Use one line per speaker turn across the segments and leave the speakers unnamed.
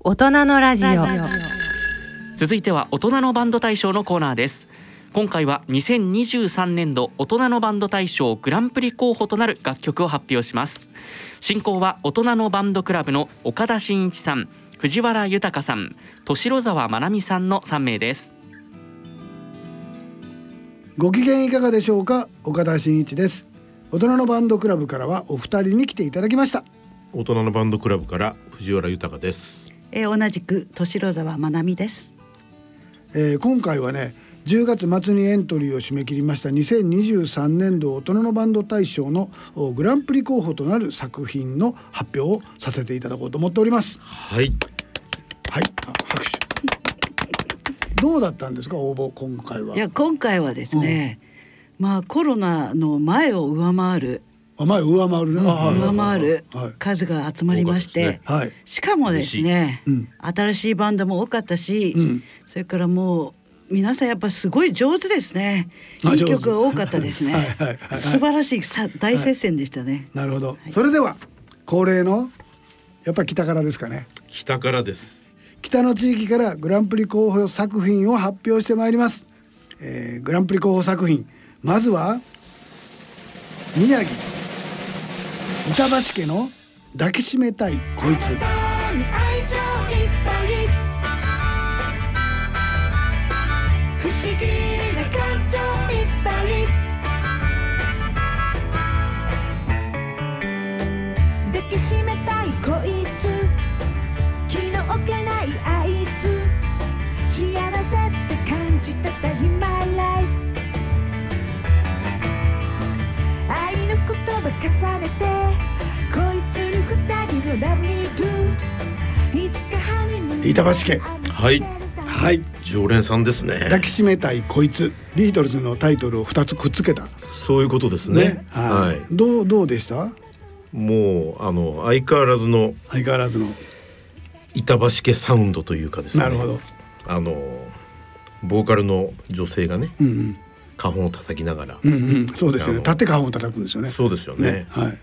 大人のラジオ
続いては大人のバンド大賞のコーナーです今回は2023年度大人のバンド大賞グランプリ候補となる楽曲を発表します進行は大人のバンドクラブの岡田真一さん藤原豊さん敏郎沢まなみさんの3名です
ご機嫌いかがでしょうか岡田真一です大人のバンドクラブからはお二人に来ていただきました
大人のバンドクラブから藤原豊です
えー、同じく敏郎沢まなみです。
えー今回はね10月末にエントリーを締め切りました2023年度大人のバンド大賞のおグランプリ候補となる作品の発表をさせていただこうと思っております
はい
はいあ拍 手どうだったんですか応募今回はい
や今回はですね、まあコロナの前を上回る
あ前上回るね、あはい
上回る
はい
数が集まりまして、
多かったです
はい
しかもですね、
嬉しい
新しいバンドも多かったし、
うん
それからもう皆さんやっぱすごい上手ですね。い
あ
い
上手
曲が多かったですね。
はいはいはい
素晴らしいさ大接戦でしたね。
なるほど、それでは恒例のやっぱり北からですかね
北からです
北の地域からグランプリ候補作品を発表してまいります、えーグランプリ候補作品まずは宮城板橋家の抱きしめたいこいつ
愛情いっぱい不思議な感情いっぱい抱きしめたいこいつ気の置けないあいつ幸せって感じたたりマイライフ愛の言葉重ねて恋する二人のラブリートゥいつか羽に
板橋家
はい
はい
常連さんですね
抱きしめたいこいつビートルズのタイトルを2つくっつけた
そういうことですね
は、
はいい、
どうどうでした
もうあの相変わらずの
相変わらずの
板橋家サウンドというかですね
なるほど
あのボーカルの女性がね
うんうん
花本を叩きながら、
うんうんそうですよね
あの
縦カを叩くんですよね
そうですよね
はい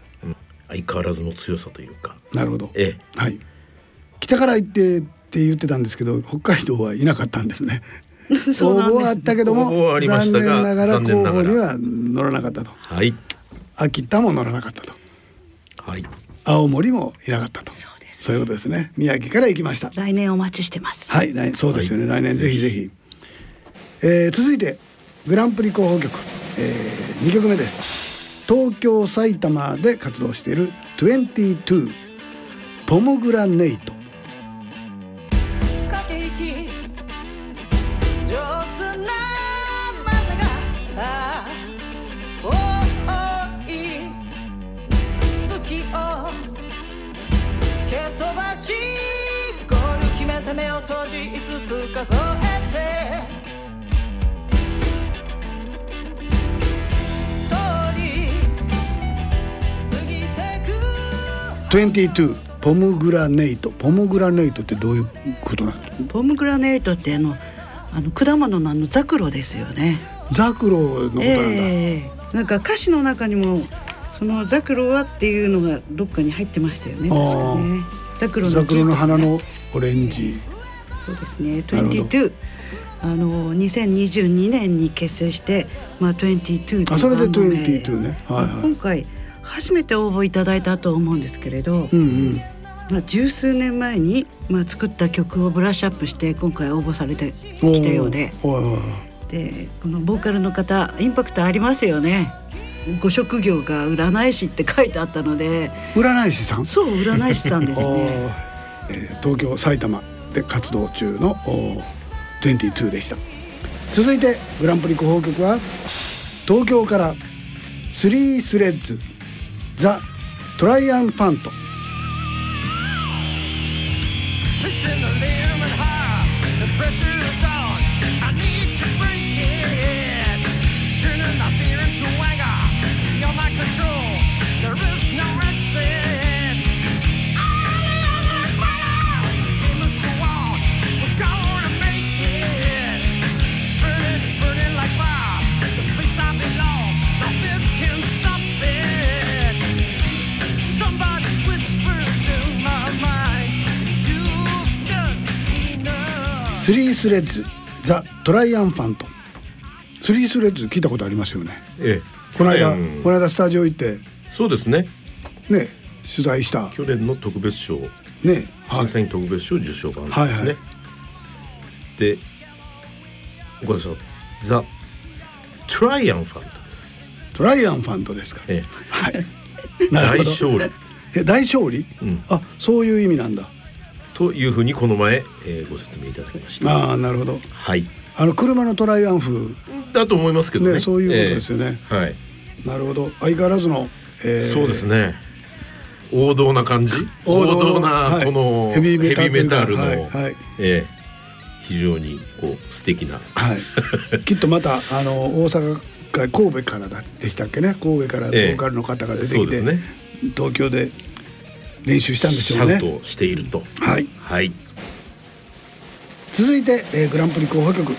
相変わらずの強さというか
なるほど
え
はい。北から行ってって言ってたんですけど、北海道はいなかったんで すね。
そう
応
なん
募
です
はあったけども
応募はあ、りま
残
し
念
たが
ながら
残念
候
な
補
がら
には乗らなかったと。
はい
秋田も乗らなかったと。
はい
青森もいなかったと。
そうです
そういうことですね。宮城から行きました。
来年お待ちしてます。
はい、来そうですよね。
はい
来年ぜひぜひ。えー続いてグランプリ候補曲、え2曲目です。東京埼玉で活動している22ポモグラネイト。
駆け引き上手ななぜがああ多い月を蹴飛ばしゴール決めて目を閉じ5つ数えて通り過ぎてく
22ポムグラネイトポムグラネイトってどういうことなんですか
ポムグラネートってあのあの果物のあのザクロですよね。
ザクロのことなんだ、
ええなんか歌詞の中にもそのザクロはっていうのがどっかに入ってましたよね。
あ
確
ー
かね。ザクロの木
ザクロの花のオレンジ
そうですね。
なるほど
22あの2022年に結成してまあ22という
あそれで
バンド名
22ねはいはい
今回初めて応募いただいたと思うんですけれど、
うんうん
まあ十数年前にまあ作った曲をブラッシュアップして今回応募されて
おー
きたようで。
はいはいはい
でこのボーカルの方インパクトありますよねご職業が占い師って書いてあったので
占い師さん、
そう占い師さんです ね
あーえー東京埼玉で活動中のおー22でした続いてグランプリ候補曲は東京からスリースレッズザ・トライアンファント
Pushing the limit high, the pressure is on. I need to break it. Turning my fear into anger, beyond my control. There is no exit. I'm the only fighter. Game must go on. We're gonna make it. Spirit is burning like fire. The place I belong, nothing can stop it. Somebody whispers in my mind, you've just
スリースレッズザ・トライアンファントスリースレッズ聞いたことありますよね
ええ
この間、
去年
この間スタジオ行って
そうですね
ね取材した
去年の特別賞
ねはい
審査員特別賞受賞があ
は
る
い
んですね、
はい
で岡田さんザ・トライアンファントです、
トライアンファントですか
え
はい
え、
な
大
るほど
勝利
え大勝利、
ん
あそういう意味なんだ
というふうにこの前、えーご説明いただきました
ああなるほど
はい
あの車のトライアンフ
だと思いますけどね
ねそういうことですよね
ええはい、
なるほど相変わらずの、えー
そうですね王道な感じ
王
王
道
道
のは
ないこの
ヘ
ヘ
ビ
ビ
ーメタル
ーメタルの、
はいはい
ええ非常にこう素敵な
はい、きっとまたあの大阪か神戸からだでしたっけね神戸からボ
ええ
ーカルの方が出て
そ
き
うで
て、
すね
東京で練習したんでし
シ
ょ
ャ
う
ウ
ね
トをしていると
はい
はい
続いて、えーグランプリ候補曲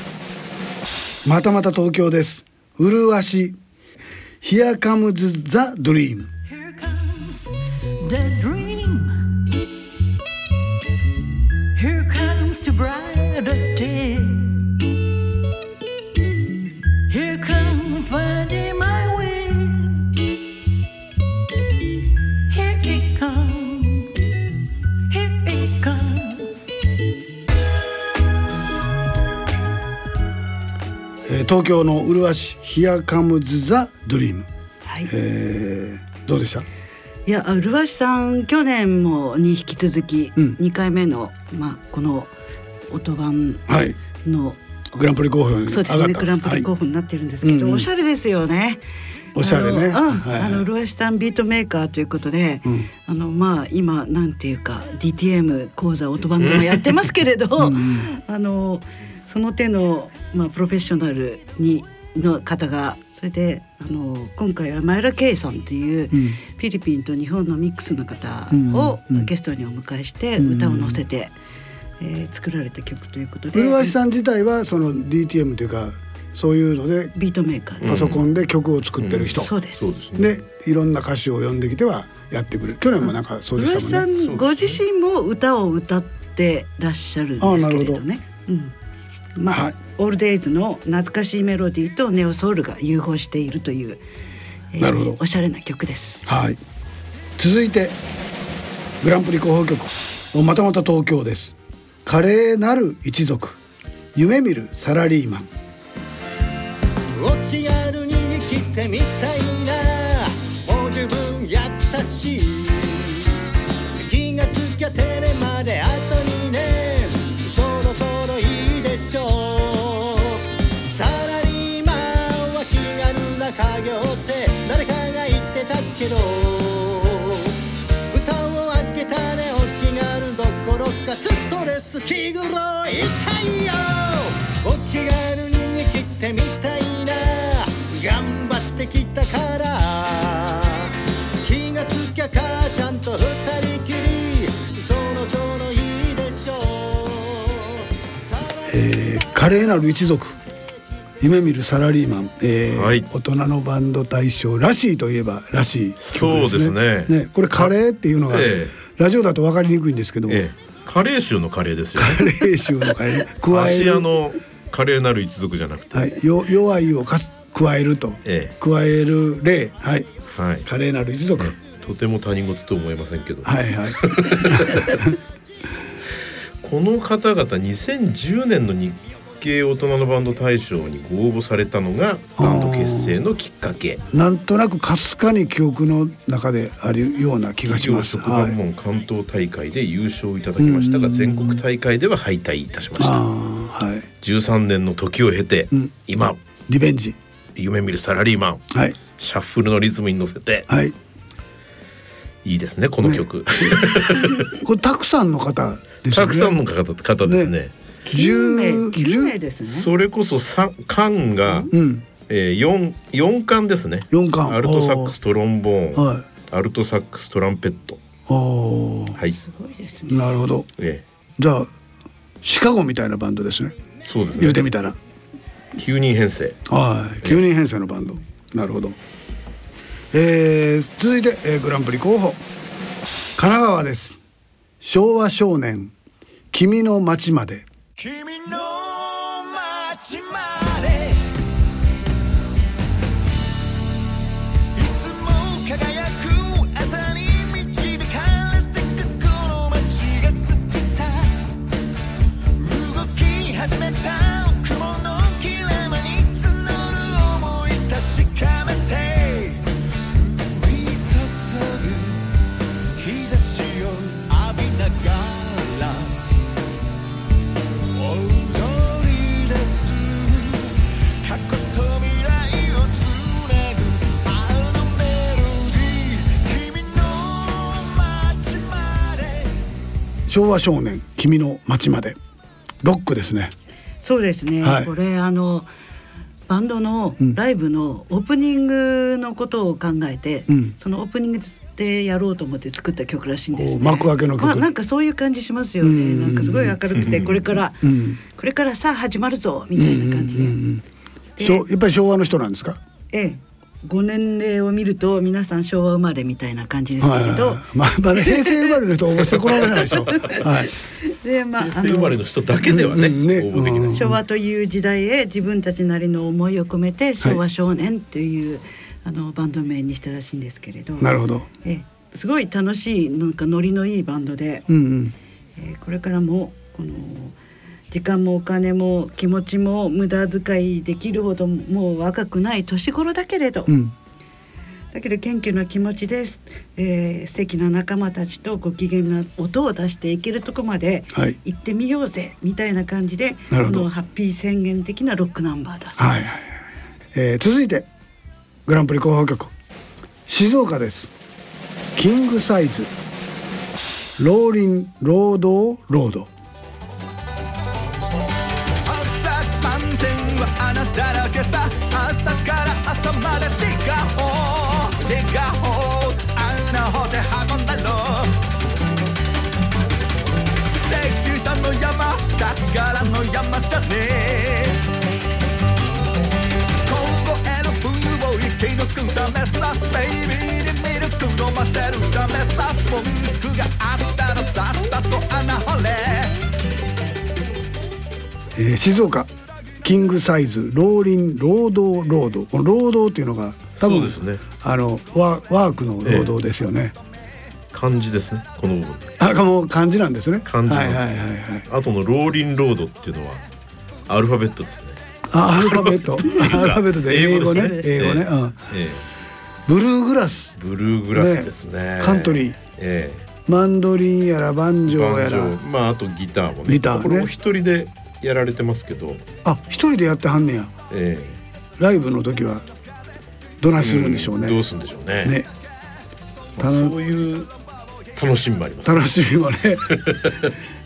またまた東京です麗し Here comes the dream
Here comes the dream. Here comes the brighter day. Here comes finding my way. Here it comes. Here it comes.
えー東京の麗し Here comes the dream、
はい
えーどうでした
いやうるわしさん去年もに引き続き
うん
2回目の、まあ、この音版
はい
の、
グランプリ候補に
そ
上
うですね
がった
グランプリ候補になってるんですけど、
うんうん
おしゃれですよね。
おしゃれね
あのうん
はい
あのうるわしさんビートメーカーということで、
ん
あのまあ今なんていうか DTM 講座音版でもやってますけれど、あのその手のまあプロフェッショナルにの方がそれであの今回は前田圭さんという、
ん
フィリピンと日本のミックスの方を
うんうん
ゲストにお迎えして歌を乗せて、えー作られた曲ということで
うるわしさん自体はその DTM というかそういうので
ビートメーカーで、
パソコンで曲を作ってる人、
そうです。
そうですね
でいろんな歌手を呼んできてはやってくれる去年もなんかそうで
浦井
した
さ
もんね
んご自身も歌を歌ってらっしゃるんですけれどね。うんまあ、
はい
オールデイズの懐かしいメロディーとネオソウルが融合しているという、えー
なるほど
おしゃれな曲です。
はい続いてグランプリ候補曲またまた東京です華麗なる一族夢見るサラリーマン
お気軽に生きてみたいなもう十分やったし気がつきゃテレまであと2年そろそろいいでしょうサラリーマンは気軽な家業って誰かが言ってたけど蓋を開けたねお気軽どころかストレス気苦労いたいよお気軽に生きてみたいな頑張ってきたから気がつきゃ母ちゃんと二人きりそろそろいいでしょうさらに
えー華麗なる一族夢見るサラリーマン、えー
はい
大人のバンド大賞らしいといえばらしい曲ですね
そうですね
これカレーっていうのが、
ええ
ラジオだと分かりにくいんですけども、
ええカレー州のカレーですよね
カレー臭のカレー加え
芦屋
る、
のカレーなる一族じゃなくて、
はい、よ弱いをかす加えると、
ええ
加える例はい
はい、
カレーなる一族、
とても他人事とは思えませんけど、
はいはい
この方々2010年の日系大人のバンド大賞にご応募されたのがバンド結成のきっかけ
なんとなくかすかに記憶の中であるような気がし
企業
ます
職
は
部
い
門関東大会で優勝いただきましたが全国大会では敗退いたしました
あーはい
13年の時を経て、
ん
今
リベンジ
夢見るサラリーマン
はい
シャッフルのリズムに乗せて
はい
いいですねこの曲、
これたくさんの方ですよ
た
ね
くさんの方方ですね
9名
十
9名ですね。
それこそさ缶が、
うん
えー、4, 四缶ですね
四缶
アルトサックストロンボーン、
はい
アルトサックストランペット
おー
はい、
すごいですね。
なるほど
え
じゃあシカゴみたいなバンドですね
えそうです
言うて
ね
みたら
9人編成
はい9人編成のバンドなるほどえー、続いて、えーグランプリ候補神奈川です昭和少年君の街まで
君の
昭和少年君の街までロックですね
そうですね、
はい
これあのバンドの
うん
ライブのオープニングのことを考えて、
うん
そのオープニングでやろうと思って作った曲らしいんです、
お幕開けの曲
まあ、なんかそういう感じしますよ
うん
ねなんかすごい明るくてこれから、
うん
これからさあ始まるぞみたいな感じで、で
しょやっぱり昭和の人なんですか
ええご年齢を見ると皆さん昭和生まれみたいな感じですけ
はい
れ
はいはい
ど、
まあまあ平成生まれの人応募してこられないでしょはい
でまああ
生まれの人だけではね,、
うんね
応募できない、
うん
昭和という時代へ自分たちなりの思いを込めて昭和少年という、あのバンド名にしたらしいんですけれど
なるほど
ええすごい楽しいなんかノリのいいバンドで、
うんうん
えーこれからもこの時間もお金も気持ちも無駄遣いできるほどもう若くない年頃だけれど、
うん
だけど謙虚な気持ちです、えー素敵な仲間たちとご機嫌な音を出していけるとこまで
はい
行ってみようぜみたいな感じで、
なるほど
このハッピー宣言的なロックナンバーだそう
はいはい
です。
はい、えー続いてグランプリ広報局静岡ですキングサイズローリンロードロード
満点は穴だらけさ朝から朝までディガホーディガホー穴掘って運んだろ石炭の山だからの山じゃねえ凍える風を生き抜くためさベイビーにミルク飲ませるためさ文句があったらさっさと穴掘れ
えー静岡キングサイズローリン労働労働この労働っていうのが多分
そうですね
あのワワークの労働ですよね、
漢字ですねこの部分
あもう漢字なんですね
漢字
は
ないんです
はいはいはい
あとの「ローリンロード」っていうのはアルファベットですね、
あアルファベ ットアルファベットで英
英
語
語
ね
で
英
す
語ね
ね
うん、
え
ブルーグラス
え、ブルーグラスですね
ねカントリー
え
マンドリンやらバンジ
え
ョー
バン
や
ジ
ら
ョーまああとギターもね
ギターね
これお一人でやられてますけど、
あ一人でやってはんねや
え
ライブの時はどな
え、
いするんでしょうね、
んどうするんでしょうね
ね
まあ、そういう楽しみもあります、
楽しみもね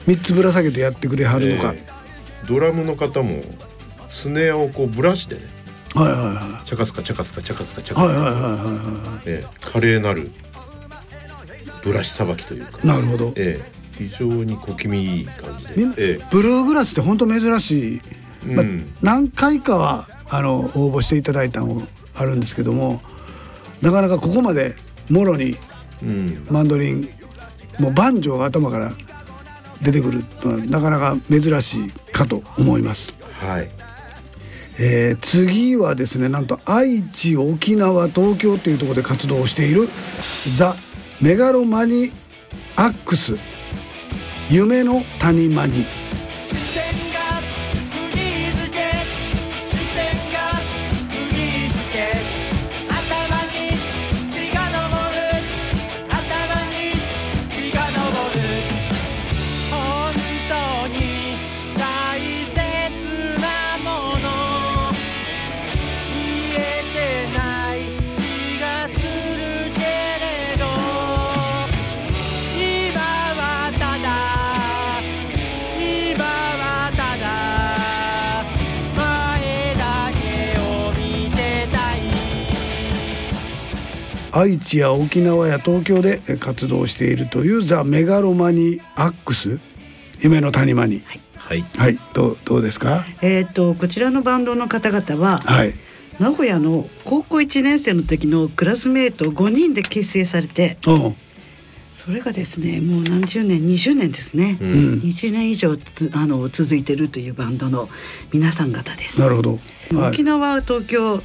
三つぶら下げてやってくれはるのか、
ええドラムの方もスネアをこうブラシでね
はいはいは
チャカスカチャカスカチャカスカチャ
い
カ
はい
スカ、
はいはいはいは
ええ、華麗なるブラシさばきというか
いなるほど、
ええ、非常に小気味いい感じで
みん、
え
ブルーグラスって本当珍しい、
え
まあ
うん、
何回かはあの応募していただいたのもあるんですけどもなかなかここまでもろに
うん、
マンドリンもうバンジョーが頭から出てくるのはなかなか珍しいかと思います。
はい、
えー次はですねなんと愛知沖縄東京というところで活動をしているザ・メガロマニアックス夢の谷間に
視線が釘付け視線が釘付け頭に血が昇る頭に血が昇る本当に大切なもの言えてない気がするけれど今はただ今はただ前だけを見てたい
愛知や沖縄や東京でえー活動しているというザ・メガロマニアックス夢の谷間に
はい、
はいどうどうですか
えー、とこちらのバンドの方々は、
はい
名古屋の高校1年生の時のクラスメート5人で結成されて
うん
それがですねもう何十年20年ですね、
うん
うん
20年以上つあの続いてるというバンドの皆さん方です。
なるほどは
沖
い
縄東京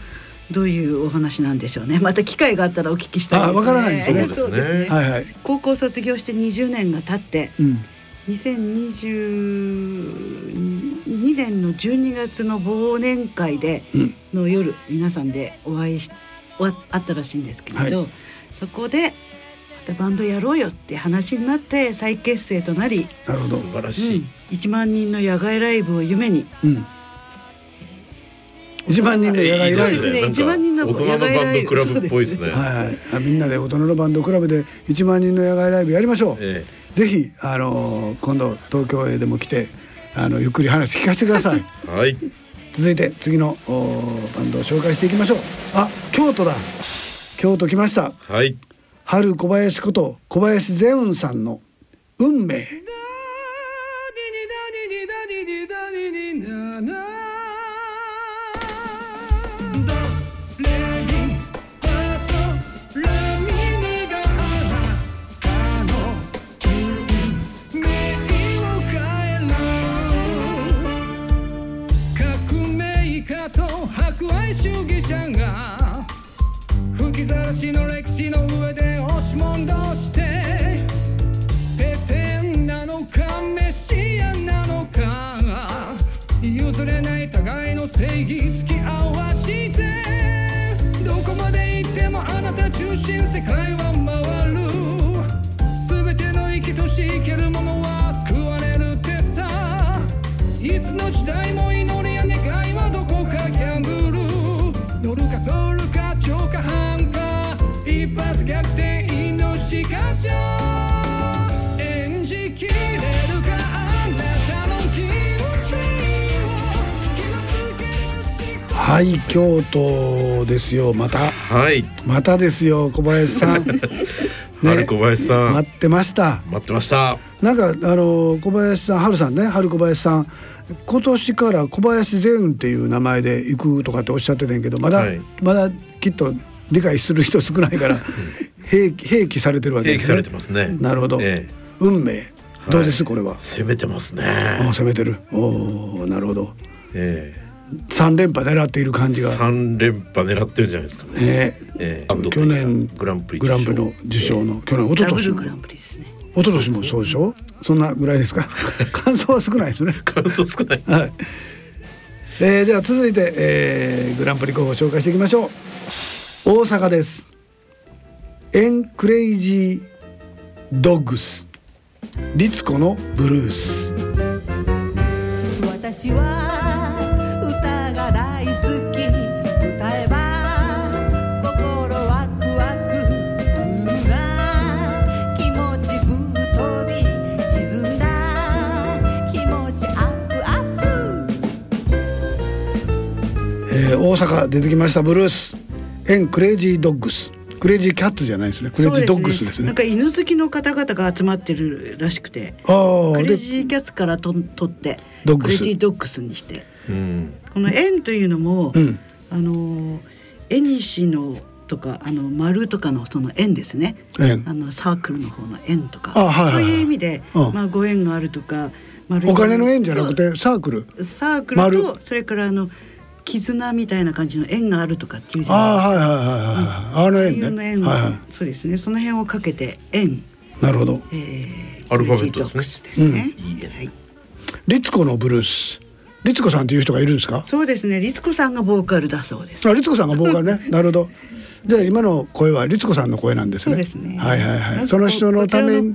どういうお話なんでしょうねまた機会があったらお聞きしたい
あわからないですね
そうですね
はいはい
高校卒業して20年が経って
うん
2022年の12月の忘年会で
うん
の夜皆さんでお会いしお会あったらしいんですけれど、そこでまたバンドやろうよって話になって再結成となり、
なるほど
素晴ら
う
しい、
ん1万人の野外ライブを夢に
うん一万人の野外ライ
そう
ブ
ですね
なんか
一番人の
大人のバンドクラブっぽいですね。
はいはい、あみんなで大人のバンドクラブで1万人の野外ライブやりましょう、
え
ぜひあの今度東京へでも来てあのゆっくり話聞かせてください
はい
続いて次のおバンドを紹介していきましょうあ京都だ京都来ました
はい
春小林こと小林ゼウンさんの「運命」
革命家と博愛主義者が吹きざらしの歴史の上で押し問答してペテンなのかメシアなのか譲れない互いの正義付き合わしてどこまで行ってもあなた中心世界は回る全ての生きとし生けるものは救われるってさいつの時代も祈りや願いはどこかギャンブル乗るかソるか超過半か一発逆転命ガチャ演じきれるかあなたの人生を気をつけまし
はい京都ですよまた
はい
またですよ小林 さん
春小林さん、
待ってました
待ってました
なんかあの小林さん春さんね春小林さん今年から小林善雲っていう名前で行くとかっておっしゃってたんやけどまだ、
はい
まだきっと理解する人少ないから併記併記されてるわけ
定
で
期
す
さ
ね。
れてますね
なるほど、
ええ
運命どうです、
はい
これは。
攻めてますね
あ攻めてる。おおなるほど。
え
三連覇狙っている感じ
え
が。
三連覇狙ってるんじゃないですかね
ね
ええ
あの去年
グランプリ
グランプリの受賞の、去年一
ダ
昨
ブ
年
ル
も
グランプリですね。
一昨年もそうでしょそんなぐらいで すか感想は少ないですね
感 想少ない
はい。えー、じゃあ続いて、えー、グランプリ候補紹介していきましょう。大阪です。エンクレイジードッグス。リツコのブルース。
私は歌が大好き歌えば心ワクワクうるな気持ちぶっ飛び沈んだ気持ちアップアップ
えー、大阪出てきましたブルース。エンクレイジードッグス。クレイジーキャッツじゃないですね。クレイジードッグスです
な
ね
ん。か犬好きの方々が集まってるらしくて。
ああ、
クレイ
で、
ジーキャッツからと取って
ドッグス
クレイジードッグスにして
うん
この円というのも、
うん
あの絵にしのとかあの丸とかのその円ですね
円
あのサークルの方の円とか
あはいはいはい
そういう意味で、
うん
まあ、ご縁があるとか丸い
お金の円じゃなくてサークル。
そうサークル
丸
とそれからあの絆みたいな感じの縁があるとかっていうじゃない
あ
ですか
あ、はいはいはいはいはい。あの円ね。
そういうの
はい
縁を
は
そうですねその辺をかけて円、
い。なるほど。
えー
アルファベット
クレ
で
イ
す
ジ
ね
ードッグスですね、
うん
はい
リツコのブルース。リツコさんっていう人がいるんですか。
そうですね。律子さんがボーカルだそうです。
あ、律子さんがボーカ ルね。なるほど。じゃあ今の声は律子さんの声なんですね。
そうですね
はいは
な
い
ん
は
か
い。その人のため
こ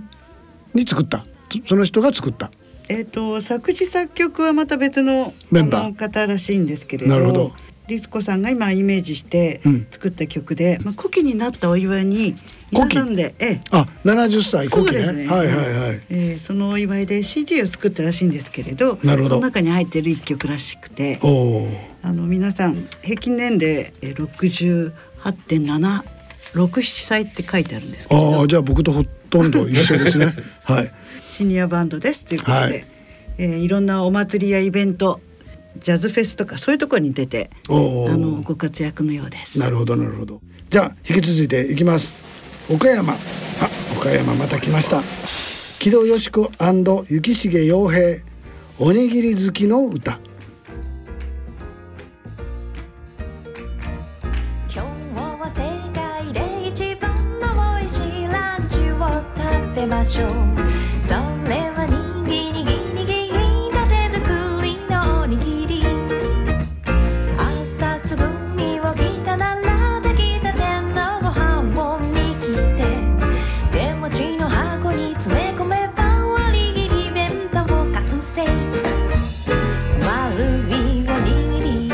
ち
に作った。そその人が作った。
えっ、と作詞作曲はまた別の
メンバー
あの方らしいんですけれど。
なるほど
律子さんが今イメージして
うん
作った曲で、まあ古希になったお祝いに皆さんで、ええ
あ、七十歳古
そう
希
です
ね。はいはいはい。
えーそのお祝いで CD を作ったらしいんですけれど
なるほど
その中に入ってる一曲らしくて
おおー。
あの皆さん平均年齢えー68.767歳って書いてあるんですけれ
あ
ど
あ、じゃあ僕とほとんど一緒ですね。 はい。
シニアバンドですということで、
はい
いえーいろんなお祭りやイベントジャズフェスとかそういうところに出てあ
おー
のご活躍のようです。
なるほどなるほど。じゃあ引き続いていきます。岡山。あ、岡山また来ました。木戸よし子雪重洋平。おにぎり好きの歌。
今日は世界で一番の美味しいランチを食べましょうそれはにぎにぎにぎた手作りのおにぎり朝すぐに起きたならできたてのご飯を握って手持ちの箱に詰め込めばおにぎり弁当完成丸いおにぎり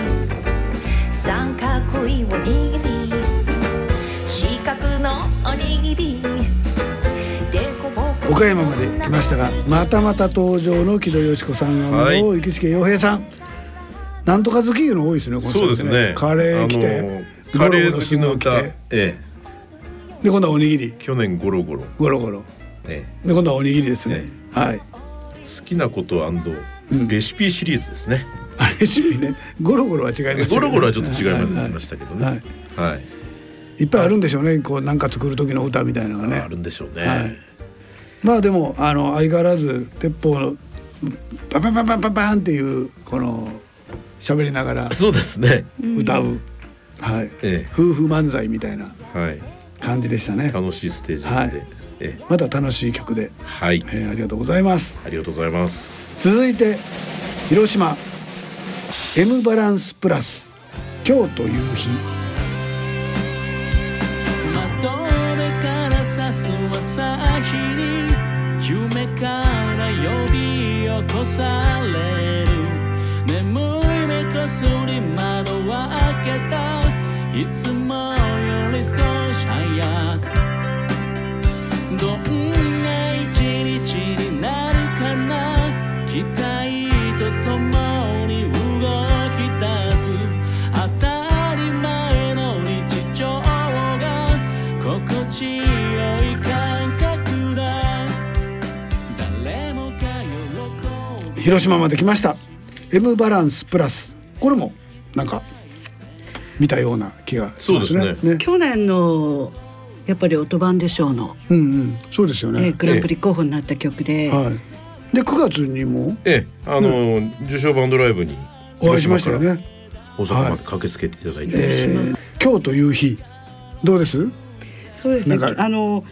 三角いおにぎり四角のおにぎりでこぼこ
岡山まで来ましたがまたまた登場の木戸よし子さんが
はい
行きつけ洋平さんなんとか好きいうの多いですねこの人
そうですね。
カレー来
あの
て
ー
ゴ
カ
ロ
レ
ゴ
ー
ロ
好
す
き
る
の
の来
歌。
て
ええ。
で今度はおにぎり
去年ゴロゴロ。
ゴロゴロ
え
で今度はおにぎりですねはい
え。好きなことレシピシリーズですね。
あレシピねゴロゴロは違いま す
ゴロゴロはちょっと違います
は
言い
いは
ましたけどね。
は
はいい。
いいっぱいあるんでしょうねこうなんか作る時の歌みたいなのがね
あるんでしょう
はい
ね。
まあでもあの相変わらず鉄砲のパンパンパンパンパンパンっていうこの喋りながら
そうですね。
歌う、はい
え
夫婦漫才みたいな
え。はい。
感じでしたね
楽しいステージ
は
ないんで。ええ。
また楽しい曲で、
はい。
えーありがとうございます
ありがとうございます。
続いて広島 M バランスプラス今日という日
窓辺からさす朝日に夢から呼び起こされる眠い目こすり窓を開けたいつもより少し早くどんな一日になるかな期待とともに動き出す当たり前の日常が心地よい感覚だ誰もが喜び
広島まで来ました M バランスプラスこれもなんか見たような気がしますね
そうですね
去年のやっぱり音版でしょうの、
うんうんそうですよ
え
ね、
ーグランプリ候補になった曲で、
はいで9月にも
ええ。あのー受賞バンドライブに
お会いしましたよ。ね
大阪まで駆けつけていただいて。
えー今日という日どうです
そうですね
なんか
あの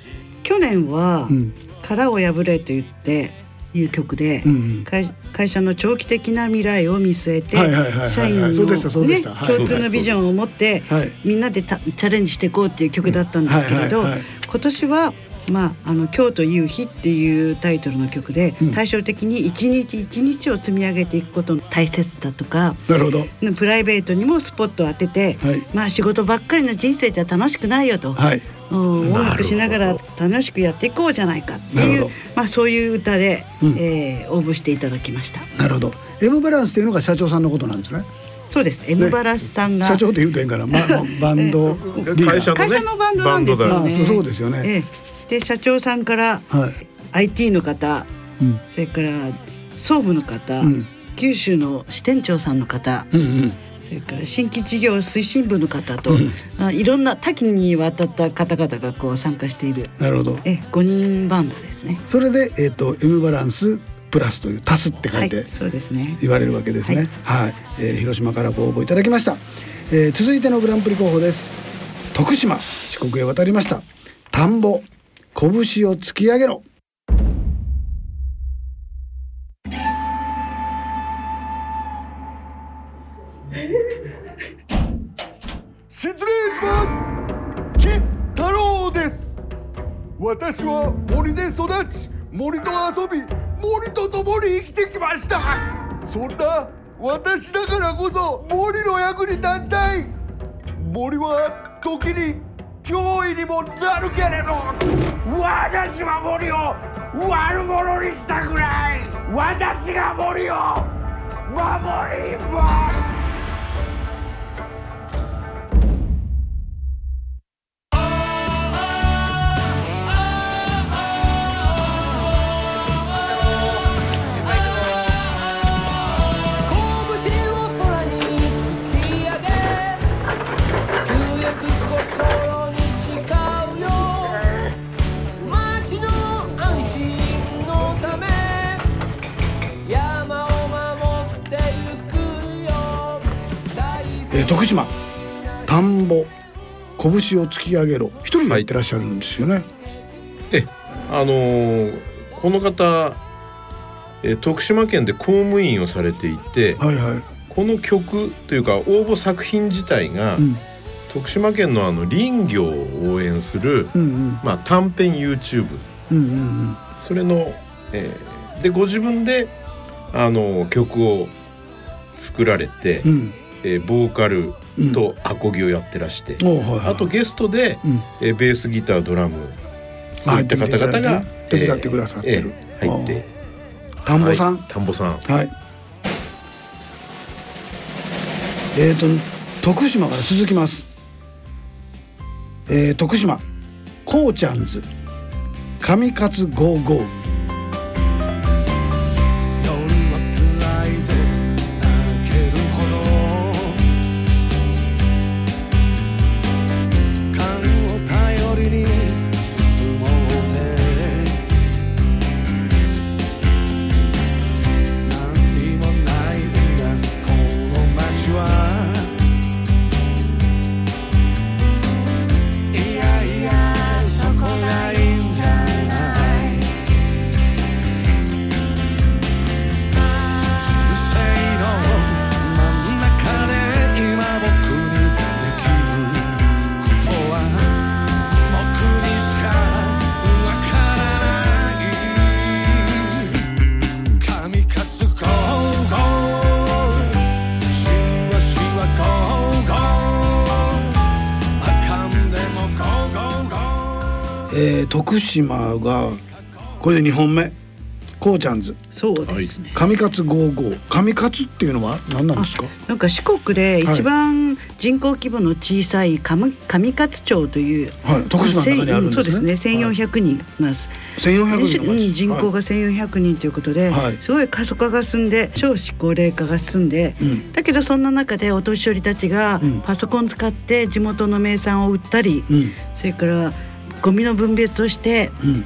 去年は
うん
「殻を破れ」と言っていう曲で、
うんうん
会会社の長期的な未来を見据えて
はいはいはいはい
社員
そうでしたそ
の、
うで
ね、
したはい
共通のビジョンを持って、
はい
みんなでたチャレンジしていこうっていう曲だったんですけれど、
うんはいはいはい
今年は「まあ、あの今日という日」っていうタイトルの曲で、
うん
対照的に一日一日を積み上げていくことの大切だとか
なるほど
プライベートにもスポットを当てて、
はい
まあ仕事ばっかりの人生じゃ楽しくないよと。
はい
うん音
なる
楽
ほど
しながら楽しくやっていこうじゃないかって
なる
い
ほ
う
ど、
まあ、そういう歌で、
うん
えー応募していただきました
なるほど M バランスっていうのが社長さんのことなんですね
そうです M バラシさんが、
社長って言うとええんか ら、ま、まバンドリーダ
会社
ー
のね
会社のバンドなんですよ
バンドだ
ね
あそうそうですよね
ええで社長さんから、
はい
IT の方
うん
それから総務の方、
うん
九州の支店長さんの方
うんうん
それから新規事業推進部の方と、あいろんな多岐にわたった方々がこう参加している、
なるほど
ええ、5人バンドですね。
それでえっ、と M バランスプラスという足すって書いて、
はい、そうですね
言われるわけですね。はい、えー広島からご応募いただきました、えー続いてのグランプリ候補です。徳島、四国へ渡りました。田んぼ、拳を突き上げろ。
失礼します金太郎です私は森で育ち森と遊び森と共に生きてきましたそんな私だからこそ森の役に立ちたい森は時に脅威にもなるけれど私は森を悪者にしたくない私が森を守ります
えー徳島、田んぼ、拳を突き上げろ。一人でやってらっしゃるんですよね。
えあのーこの方えー徳島県で公務員をされていて、
はい、はい、
この曲というか応募作品自体が、
うん
徳島県のあの林業を応援する、
うんうん
まあ、短編 YouTube
うんうんうん。
それの、えーでご自分であの曲を作られて、
うん、
えーボーカルとアコギをやってらして、
おうはいはい
あとゲストで、
うん
えーベースギタードラムそういった方々が
手伝ってくださってる、
ええ入って
田んぼさん
はい田んぼさん
はい、えっ、と徳島から続きますえー、徳島こうちゃんず神勝55
夜は暗いぜ泣けるほど勘を頼りに進もうぜ何にもないんだこの街はいやいやそこがいいんじゃない人生の真ん中で今僕にできることは僕にしかわからない神勝つゴーゴーしわしわゴーゴーあかんでもゴーゴーゴー
えー、徳島がこれで2本目こうちゃんず
そうですね、
神勝55神勝っていうのは何なんですか
なんか四国で
はい
一番人口規模の小さい上上勝町という、
はい徳島の中にあるんですね
そうですね1400人います、
1400人の
うん
町
人口
は
が1400人ということで、
はい
すごい過疎化が進んで少子高齢化が進んで、
うん
だけどそんな中でお年寄りたちが
うん
パソコン使って地元の名産を売ったり、
いうん
それからゴミの分別をして
うん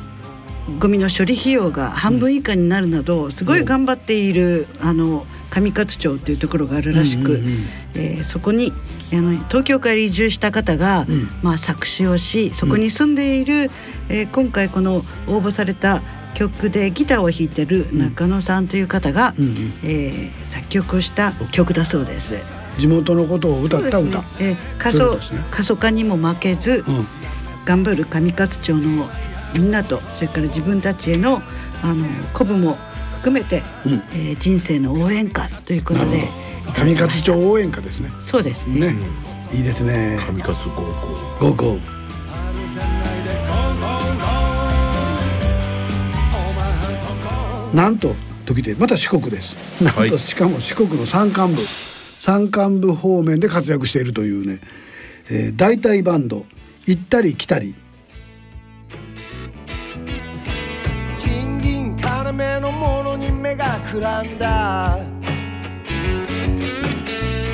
ゴミの処理費用が半分以下になるなどすごい頑張っているあの上勝町というところがあるらしく、
うんうんうん
えーそこにあの東京から移住した方が、
ん
まあ、作詞をしそこに住んでいる、えー今回この応募された曲でギターを弾いてる中野さんという方が、
うんうん
えー作曲をした曲だそうです。
地元のことを歌った
そうです
歌
ねえー過
そういうこ
疎
とですね
過疎化にも負けず、
うん
頑張る上勝町のみんなとそれから自分たちへのあの鼓舞も含めて、
うん
えー人生の応援歌ということで
上勝町応援歌ですね
そうですね
ね、いいですね
神勝高校
ゴーゴーなんと時でまた四国ですなんと、
はい
しかも四国の山間部山間部方面で活躍しているというね、えー、大体バンド行ったり来たり
金銀金目のものに目がくらんだ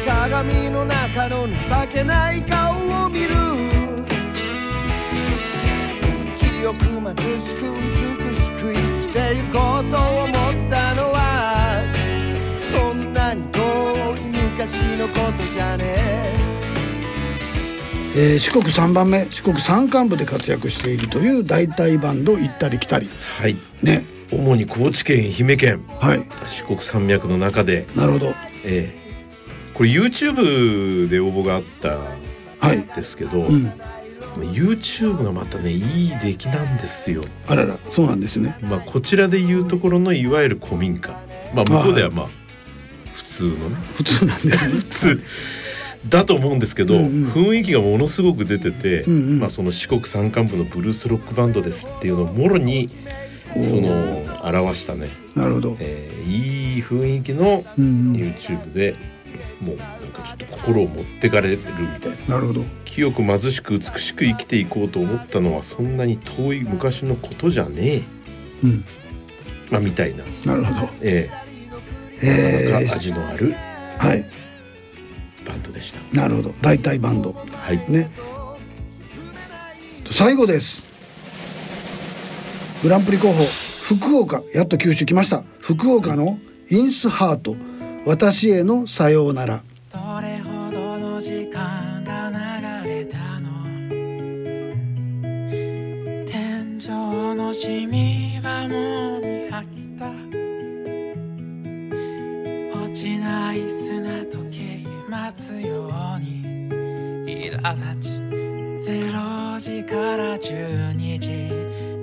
鏡の中の情けない顔を見る記憶貧しく美しく生きてゆこうと思ったのはそんなに遠い昔のことじゃねえ
えー四国3番目四国山間部で活躍しているという大体バンド行ったり来たり
はい
ね
主に高知県愛媛県
はい
四国山脈の中で、
なるほど
ええこれ YouTube で応募があった
はい
んですけど、
うん
まあ YouTube がまたねいい出来なんですよ、
あららそうなんですね
まあ、こちらでいうところのいわゆる古民家まあ向こうではまあ普通のね
普通なんで すね
普通だと思うんですけど、雰囲気がものすごく出てて、
んうん
まあ、その四国山間部のブルースロックバンドですっていうのをもろにその表したね
なるほど
えーいい雰囲気の YouTube で、もうなんかちょっと心を持ってかれるみたいな
なるほど
清く貧しく美しく生きていこうと思ったのはそんなに遠い昔のことじゃね
うん
え、まあ、みたいな、
なるほど
ええなか
え
なか味のある
ー、はい
バンドでした。
なるほど大体バンド
はい、
ね最後ですグランプリ候補福岡やっと九州来ました福岡のインスハート私へのさようなら
どれほどの時間が流れたの天井のシミはもう見飽きた落ちない砂時計待つように苛立ち0時から12時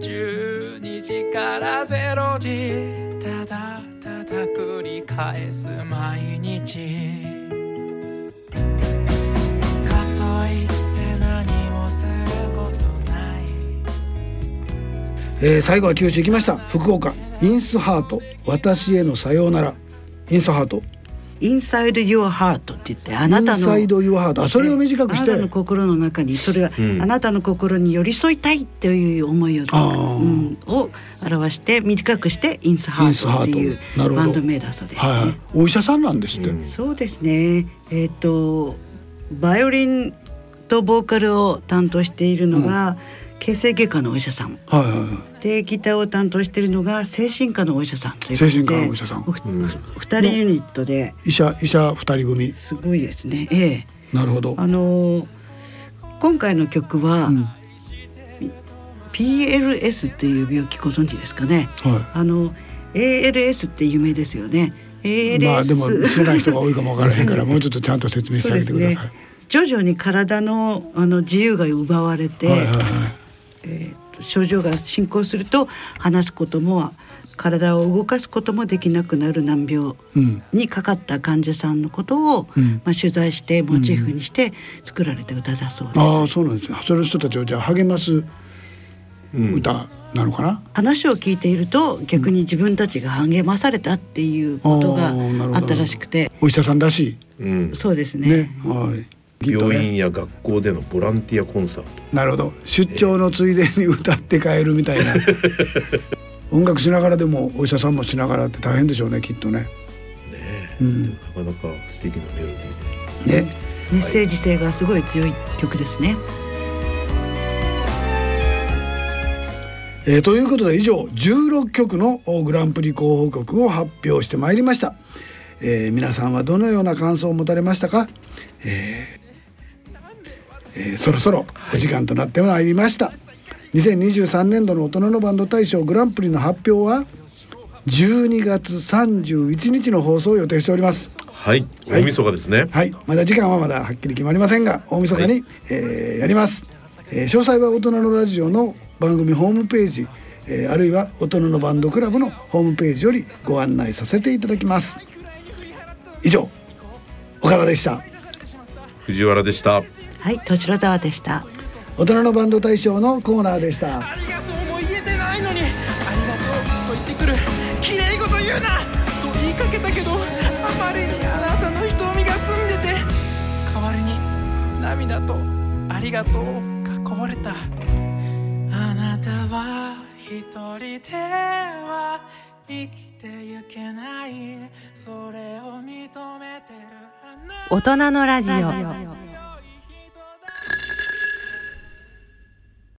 12時から0時ただただ繰り返す毎日かといって何もすることない
えー最後は九州行きました福岡インスハート私へのさようならインスハート
インサイドユアハートって言ってあなたの
Inside Your Heart あそれを短くして
あなたの心の中にそれは、あなたの心に寄り添いたいという思いを、
あー
うん、を表して短くしてインスハートってい
イン
う
スハートなるほ
バ
ど
ンド名だそうです、ね
はいはい、お医者さんなんですって、
そうですねえっ、とバイオリンとボーカルを担当しているのが、形成外科のお医者さん
はいはいはい
でギターを担当しているのが精神科のお医者さんということで
精神科のお医者さん
おふお二人ユニットで
医者医者二人組
すごいですねええ
なるほど
あのー今回の曲は、
うん
PLS っていう病気ご存知ですかね。
は
あの ALS って有名ですよね。ALS
まあでも知ら ない人が多いかもわからへんからもうちょっとちゃんと説明してあげてください、
徐々に体のあの自由が奪われて、
はいはいはい
えーと症状が進行すると話すことも体を動かすこともできなくなる難病
うん
にかかった患者さんのことを、
うん
まあ、取材してモチーフにして作られた歌だそうです。
ああそうなんですねその人たちをじゃあ励ます歌なのかな、
話を聞いていると逆に自分たちが励まされたっていうことが
あーなるほど
あったらしくて
お医者さんらし
うん
そうです
いね
ね
はいきっと
病
ね
院や学校でのボランティアコンサート
なるほど出張のついでに歌って帰るみたいな音楽しながらでもお医者さんもしながらって大変でしょうねきっとね
ね
うん
なかなか素敵なメロディーで。
ね
メッセージ性がすごい強い曲ですね。
えーということで以上16曲のおグランプリ候補曲を発表してまいりました、えー皆さんはどのような感想を持たれましたか、えーえーそろそろお時間となってまいりました、2023年度の大人のバンド大賞グランプリの発表は12月31日の放送を予定しております
はい、大晦日ですね。
はい、まだ時間はまだはっきり決まりませんが大晦日に、
はい
えーやります、えー詳細は大人のラジオの番組ホームページ、えーあるいは大人のバンドクラブのホームページよりご案内させていただきます以上岡田でした
藤原でした。
はい、敏郎沢でした。
大人のバンド大賞のコーナーでした
ありがとうも言えてないのにありがとうと言ってくるきれいこと言うなと言いかけたけどあまりにあなたの瞳が澄んでて代わりに涙とありがとうがこぼれたあなたは一人では生きてゆけないそれを認めてるあなた
大人のラジオ